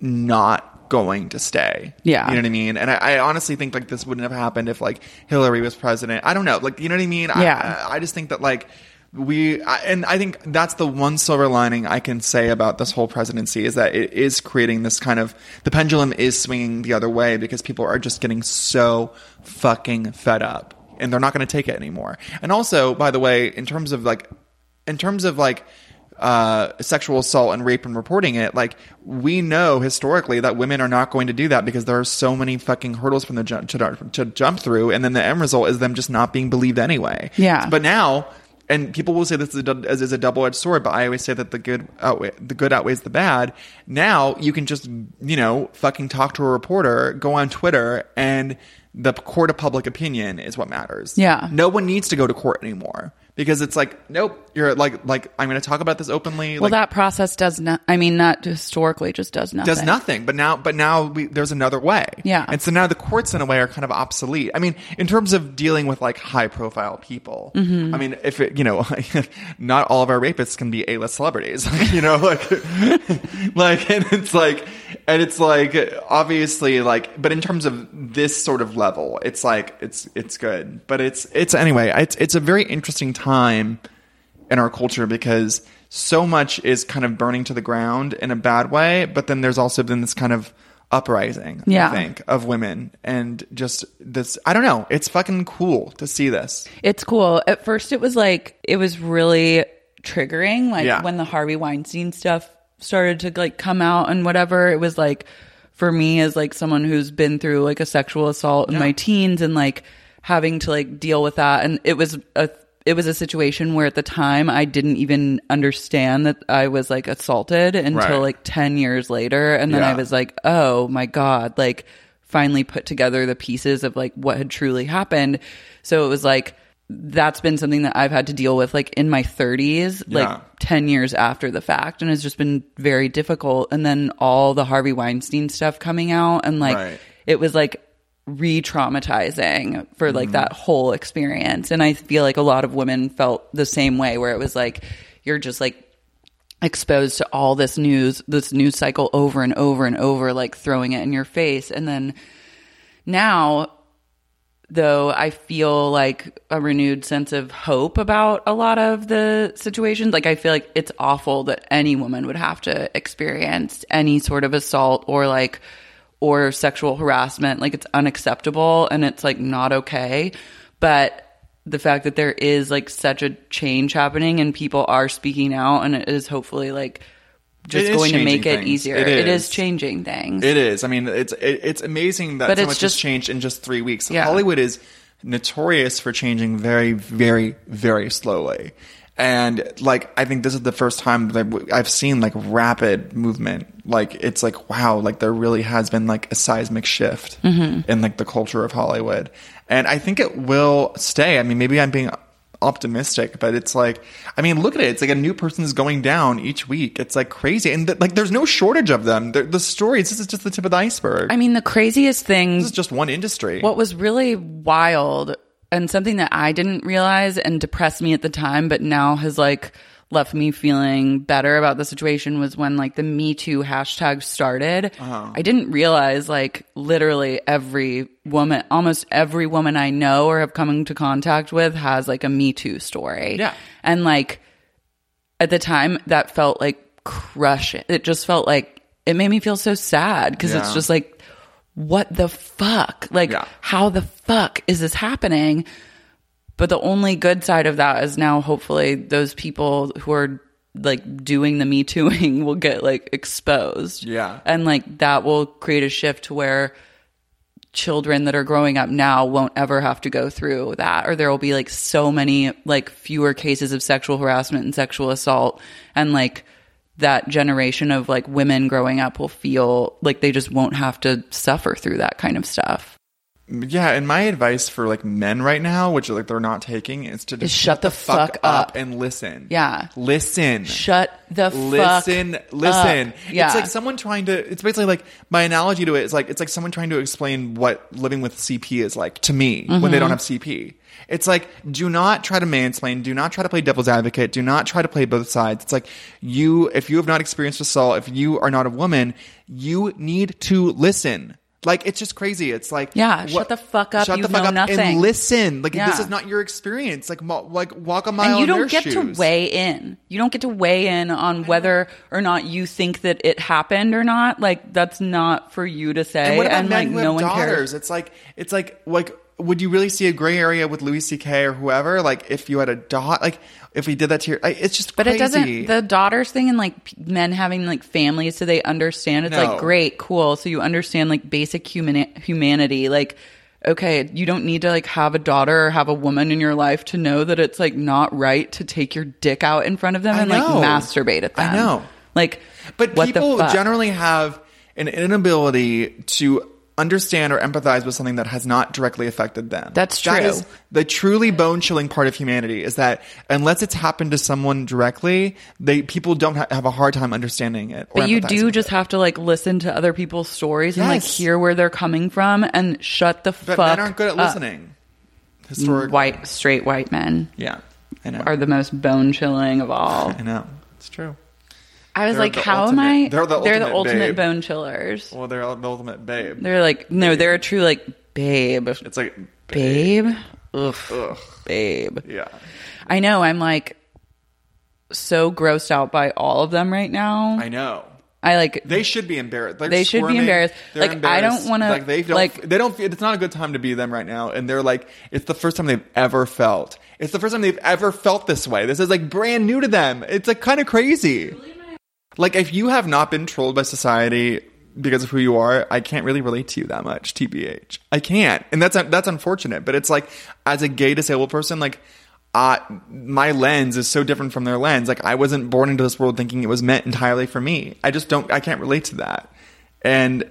not going to stay.
Yeah.
You know what I mean? And I, I honestly think like this wouldn't have happened if like Hillary was president. I don't know. Like, you know what I mean?
Yeah.
I, I just think that like we, I, and I think that's the one silver lining I can say about this whole presidency is that it is creating this kind of, the pendulum is swinging the other way because people are just getting so fucking fed up and they're not going to take it anymore. And also, by the way, in terms of like, in terms of like, uh, sexual assault and rape and reporting it, like we know historically that women are not going to do that because there are so many fucking hurdles from the jump to, to jump through, and then the end result is them just not being believed anyway.
Yeah.
But now, and people will say this is a, dou- as is a double edged sword, but I always say that the good outweigh, the good outweighs the bad. Now you can just you know fucking talk to a reporter, go on Twitter, and the court of public opinion is what matters.
Yeah.
No one needs to go to court anymore because it's like nope, you're like like I'm going to talk about this openly.
well
like,
that process does not i mean not historically just does nothing
does nothing. But now, but now we, there's another way.
Yeah.
And so now the courts, in a way, are kind of obsolete. I mean, in terms of dealing with like high profile people.
Mm-hmm.
I mean, if it, you know, (laughs) not all of our rapists can be A list celebrities. (laughs) you know, like, like, (laughs) and it's like, and it's like obviously like, but in terms of this sort of level, it's like it's it's good. But it's it's anyway. It's it's a very interesting time in our culture because so much is kind of burning to the ground in a bad way, but then there's also been this kind of uprising,
Yeah.
I think, of women and just this I don't know. It's fucking cool to see this.
It's cool. At first, it was like it was really triggering, like
Yeah.
when the Harvey Weinstein stuff started to like come out and whatever. It was like for me as like someone who's been through like a sexual assault in my teens and like having to like deal with that, and it was a it was a situation where at the time I didn't even understand that I was like assaulted until
Right.
like 10 years later and then
Yeah.
I was like, "Oh my god, like finally put together the pieces of like what had truly happened." So it was like that's been something that I've had to deal with like in my 30s,
Yeah.
like 10 years after the fact and it's just been very difficult and then all the Harvey Weinstein stuff coming out and like
Right.
it was like re-traumatizing for like that whole experience and I feel like a lot of women felt the same way where it was like you're just like exposed to all this news, this news cycle over and over and over, like throwing it in your face. And then now, though, I feel like a renewed sense of hope about a lot of the situations. Like, I feel like it's awful that any woman would have to experience any sort of assault or like, or sexual harassment. Like, it's unacceptable and it's like not okay. But the fact that there is like such a change happening and people are speaking out and it is hopefully like
It
just
is
going to
changing
make it
things.
easier.
It
it
is.
is changing things.
It is. I mean, it's it, it's amazing that
But
so
it's
much has
just-
changed in just three weeks.
Yeah.
Hollywood is notorious for changing very, very, very slowly. And like, I think this is the first time that w- I've seen like rapid movement. Like, it's like wow, like there really has been like a seismic shift in like the culture of Hollywood. And I think it will stay. I mean, maybe I'm being optimistic, but it's like, I mean, look at it. It's like a new person is going down each week. It's like crazy, and th- like there's no shortage of them. The, the stories. This is just the tip of the iceberg.
I mean, the craziest thing
this is just one industry.
What was really wild and something that I didn't realize and depressed me at the time, but now has like left me feeling better about the situation was when like the Me Too hashtag started.
Uh-huh.
I didn't realize like literally every woman, almost every woman I know or have come into contact with has like a Me Too story.
Yeah.
And like, at the time that felt like crushing. It just felt like it made me feel so sad because it's
Yeah.
just like, what the fuck? Like,
Yeah.
how the fuck is this happening? But the only good side of that is now hopefully those people who are like doing the me tooing (laughs) will get like exposed.
Yeah.
And like that will create a shift to where children that are growing up now won't ever have to go through that or there will be like so many like fewer cases of sexual harassment and sexual assault and like that generation of like women growing up will feel like they just won't have to suffer through that kind of stuff.
yeah, and my advice for like men right now, which like they're not taking, is to just
shut the fuck up.
and listen.
Yeah.
listen.
Shut the
listen
fuck
listen
up. Yeah.
it's like someone trying to it's basically like my analogy to it is like it's like someone trying to explain what living with cp is like to me when they
Mm-hmm.
don't have cp it's like do not try to mansplain do not try to play devil's advocate do not try to play both sides it's like you if you have not experienced assault if you are not a woman you need to listen like it's just crazy. It's like
Yeah, shut the fuck up,
Shut
you
the fuck
know
up
nothing.
and listen. Like this
Yeah.
is not your experience. Like mo- like walk a mile.
and you
in
don't
their
get to
shoes.
weigh in. You don't get to weigh in on whether or not you think that it happened or not. Like that's not for you to say.
And what about men
like
who
no
have
one
daughters?
cares.
It's like it's like like would you really see a gray area with Louis C.K. or whoever? Like if you had a daughter, like if he did that to your, like, it's just
But
crazy.
it doesn't. The daughters thing and like p- men having like families, so they understand. It's
No.
like great, cool. So you understand like basic human humanity. Like okay, you don't need to like have a daughter or have a woman in your life to know that it's like not right to take your dick out in front of them
I
and
know.
like masturbate at
I
them.
know.
Like,
But
what the
people
fuck?
generally have an inability to understand or empathize with something that has not directly affected them.
That's
That
true.
is the truly bone chilling part of humanity is that unless it's happened to someone directly, they people don't ha- have a hard time understanding it. Or
But you
empathizing
do
with
just
it.
have to like listen to other people's stories and like
Yes.
hear where they're coming from and shut the fuck.
But men aren't good at
up.
listening. Historically,
White straight white men
Yeah, I know.
are the most bone chilling of all.
I know. It's true.
I was
They're
like,
the
how am I?
ultimate- they're the ultimate babe.
bone chillers.
Well, they're all the ultimate babe.
They're like no, they're a true like babe,
It's like
babe, Ugh. babe.
Yeah.
I know. I'm like so grossed out by all of them right now.
I know.
I like
They should be embarrassed. They're
They should be
squirming.
embarrassed.
They're
Like, I don't wanna-
Like they don't.
like-
they don't. It's not a good time to be them right now. And they're like, it's the first time they've ever felt. It's the first time they've ever felt this way. This is like brand new to them. It's like kind of crazy. Like if you have not been trolled by society because of who you are, I can't really relate to you that much, tbh. I can't, and that's that's unfortunate. But it's like as a gay disabled person, like. Uh, my lens is so different from their lens. Like I wasn't born into this world thinking it was meant entirely for me. I just don't. I can't relate to that, and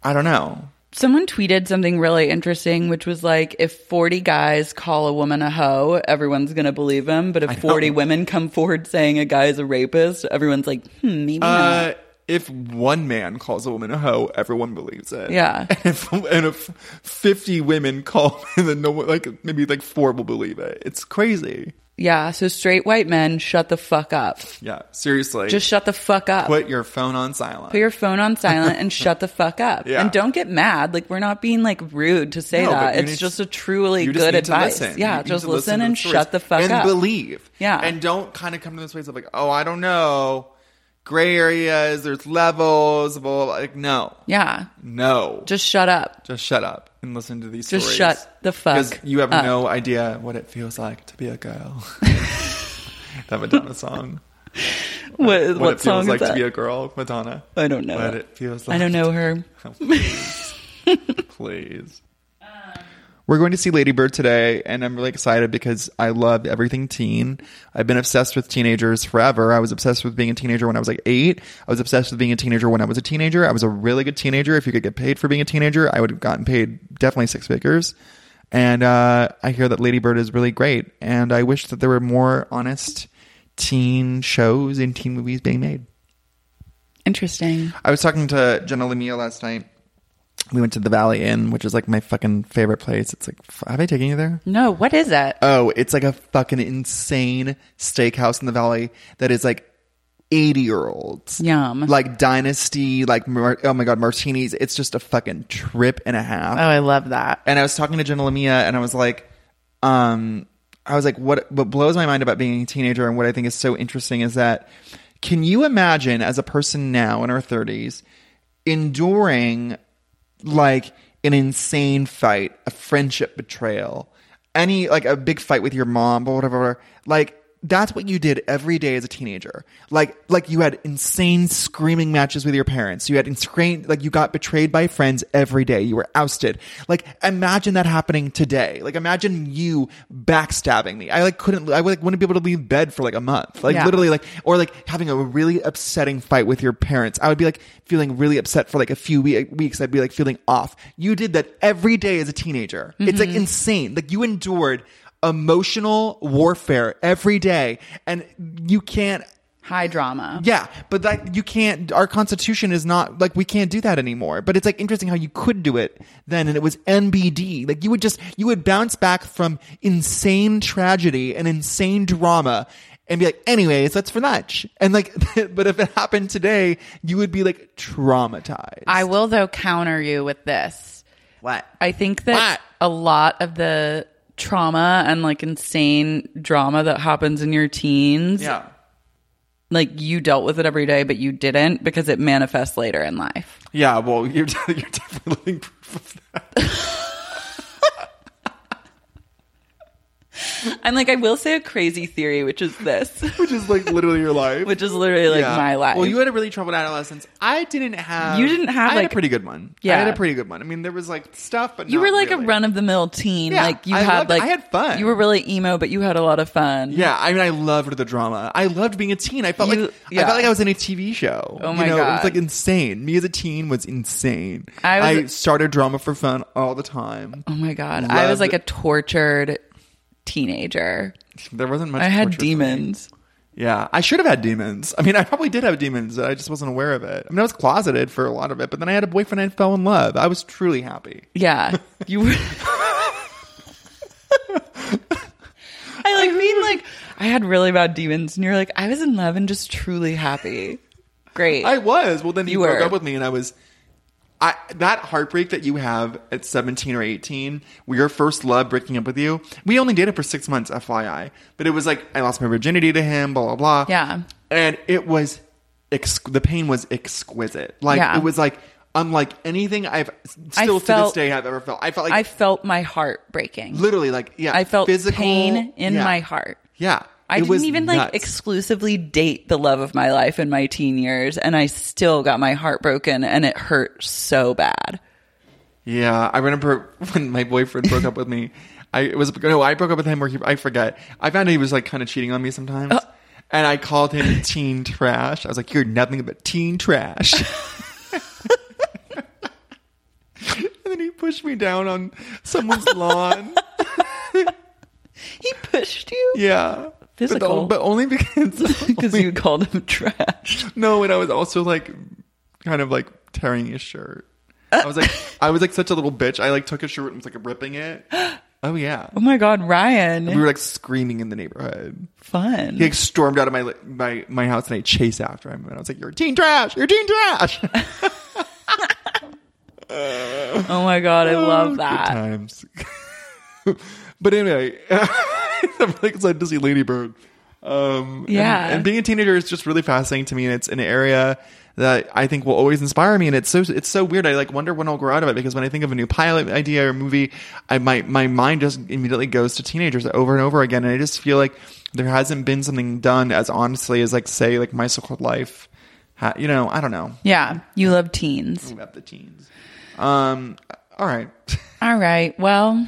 I don't know.
someone tweeted something really interesting, which was like, if 40 guys call a woman a hoe, everyone's going to believe him. But if 40 women come forward saying a guy is a rapist, everyone's like, hmm, maybe not.
Uh, if one man calls a woman a hoe, everyone believes it.
Yeah.
(laughs) And if, and if 50 women call, (laughs) then no one, like, maybe like four will believe it. It's crazy.
Yeah. So straight white men, shut the fuck up.
Yeah, seriously.
Just shut the fuck up.
put your phone on silent.
Put your phone on silent and shut the fuck up.
Yeah.
And don't get mad. Like we're not being like rude to say
No, but
that.
you
It's
need-
just a truly
you
good
just need to
advice.
listen. You
Yeah,
need
just
to
listen,
to
and
the stories
shut the fuck
and
up.
believe.
Yeah.
and don't kind of come to this place of like, oh, I don't know, gray areas. There's levels. Blah, blah, blah. Like, no,
Yeah.
no,
Just shut up.
Just shut up and listen to these
Just
stories.
shut the fuck
Because you have
up.
no idea what it feels like to be
(laughs)
a girl. that Madonna song.
What, what,
What, it
song
feels
is
like
that?
to be a girl, Madonna.
I don't know.
What it feels like.
I don't know her.
Please. We're going to see Lady Bird today, and I'm really excited because I love everything teen. I've been obsessed with teenagers forever. I was obsessed with being a teenager when I was like eight. I was obsessed with being a teenager when I was a teenager. I was a really good teenager. If you could get paid for being a teenager, I would have gotten paid definitely six figures. And uh, I hear that Lady Bird is really great. And I wish that there were more honest teen shows and teen movies being made.
Interesting.
I was talking to Jenna Lemia last night. We went to the Valley Inn, which is like my fucking favorite place. It's like, f- have I taken you there?
No, what is that?
Oh, it's like a fucking insane steakhouse in the valley that is like 80 year olds.
Yum.
Like dynasty, like, mar- oh my God, martinis. It's just a fucking trip and a half.
oh, I love that.
And I was talking to Jenna Lamia and I was like, um, I was like, what, what blows my mind about being a teenager and what I think is so interesting is that can you imagine as a person now in our 30s enduring like an insane fight, a friendship betrayal, any like a big fight with your mom or whatever, like that's what you did every day as a teenager. Like like you had insane screaming matches with your parents. You had insane like you got betrayed by friends every day. You were ousted. Like imagine that happening today. Like imagine you backstabbing me. I like couldn't I like wouldn't be able to leave bed for like a month. Like
Yeah.
literally like or like having a really upsetting fight with your parents. I would be like feeling really upset for like a few we- weeks. I'd be like feeling off. You did that every day as a teenager. It's like insane. Like you endured emotional warfare every day and you can't
High drama.
yeah, but that you can't. Our constitution is not like we can't do that anymore. But it's like interesting how you could do it then, and it was NBD. Like you would just you would bounce back from insane tragedy and insane drama, and be like, anyways, that's for lunch. And like, (laughs) but if it happened today, you would be like traumatized.
I will though counter you with this.
what?
I think that a lot of the trauma and like insane drama that happens in your teens,
Yeah.
like you dealt with it every day, but you didn't because it manifests later in life.
Yeah. Well, (laughs) you're you're definitely living proof of that.
And like I will say a crazy theory, which is this, (laughs)
Which is like literally your life.
which is literally like
Yeah.
my life.
Well, you had a really troubled adolescence. I didn't have.
You didn't have,
I had
like-
a pretty good one.
Yeah.
I had a pretty good one. I mean, there was like stuff, but
You
not
were like
really.
a run of the mill teen.
Yeah,
like you
I
had
loved-
like
I had fun.
You were really emo, but you had a lot of fun.
Yeah, I mean, I loved the drama. I loved being a teen. I felt
You-
like I
yeah.
felt like I was in a TV show.
Oh
you
my
know? it was
God.
like insane. Me as a teen was insane.
I
I,
was-
started drama for fun all the time.
Oh my god. I was like
Loved-
a tortured teenager.
There wasn't much.
I had
torture for me.
demons.
Yeah, I should have had demons. I mean, I probably did have demons. I just wasn't aware of it. I mean, I was closeted for a lot of it, but then I had a boyfriend and I fell in love. I was truly happy. (laughs)
Yeah. You were I like mean like I had really bad demons and you're like, I was in love and just truly happy. Great.
I was. Well, then you,
You
broke
were.
up with me, and I was. I that heartbreak that you have at seventeen or eighteen, where your first love breaking up with you. We only dated for six months, FYI, but it was like I lost my virginity to him, blah blah blah.
Yeah.
and it was, ex- the pain was exquisite. Like
Yeah.
it was like unlike anything I've
I
still to this
felt-
day I've ever felt. I felt like
I felt my heart breaking.
literally like yeah,
I felt
physical
pain in
yeah.
my heart.
Yeah,
I
It
didn't
was
even
nuts.
like exclusively date the love of my life in my teen years, and I still got my heart broken, and it hurt so bad.
Yeah, I remember (laughs) when my boyfriend broke up with me. I it was no, I broke up with him, or he, I forget. I found out he was like kind of cheating on me sometimes,
Uh.
and I called him (laughs) teen trash. I was like, "You're nothing but
(laughs)
teen trash." and then he pushed me down on someone's lawn.
He pushed you (laughs)
Yeah,
Physical.
but, the- but
(laughs)
only because
because you called him trash.
(laughs) No, and I was also like kind of like tearing his shirt. I
(laughs)
was like I was like such a little bitch. I like took his shirt and was like
(gasps)
ripping it. Oh yeah.
Oh my god,
We
Ryan,
were like screaming in the neighborhood.
fun.
He like stormed out of my my my house and I chased after him and I was like, "You're teen trash! You're teen trash!" (laughs)
Oh my god, I love
Good
that.
times. (laughs) but anyway, (laughs) I'm really excited to see Lady Bird. Um, and-
Yeah.
and, being a teenager is just really fascinating to me, and it's an area that I think will always inspire me. And it's so it's so weird. I like wonder when I'll grow out of it because when I think of a new pilot idea or movie, I my my mind just immediately goes to teenagers over and over again, and I just feel like there hasn't been something done as honestly as like say like my so-called life. Ha- you know, I don't know
Yeah, you love teens.
about the teens. Um, all right. (laughs)
All right, well,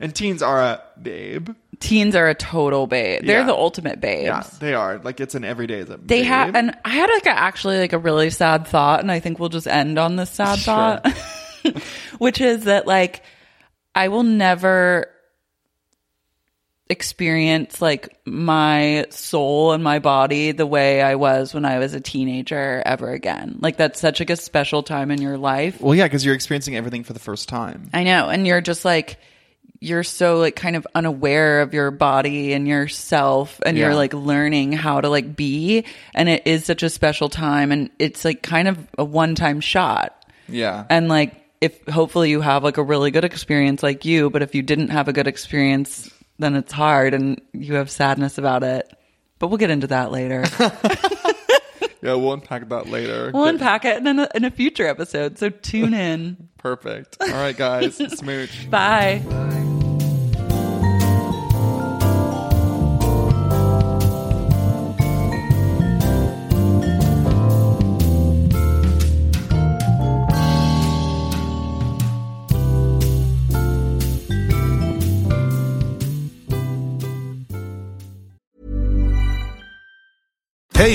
And teens are a babe.
teens are a total babe. They're
Yeah.
the ultimate babes.
Yeah, they are. Like it's an everyday. Is a
They
babe.
have, and I had like a, actually like a really sad thought, (laughs) and I think we'll just end on this sad
Sure.
thought, which is that like I will never experience like my soul and my body the way I was when I was a teenager ever again. Like that's such like a special time in your life.
Well, yeah, because you're experiencing everything for the first time.
I know. And you're just like, you're so like kind of unaware of your body and yourself and you're
Yeah.
like learning how to like be. And it is such a special time and it's like kind of a one time shot.
Yeah.
And like, if hopefully you have like a really good experience like you, but if you didn't have a good experience, then it's hard and you have sadness about it. But we'll get into that later.
yeah, we'll unpack that later.
we'll
Good.
unpack it in a, in a future episode. So tune in.
Perfect. All
(laughs)
right, guys. Smooch.
Bye.
Hey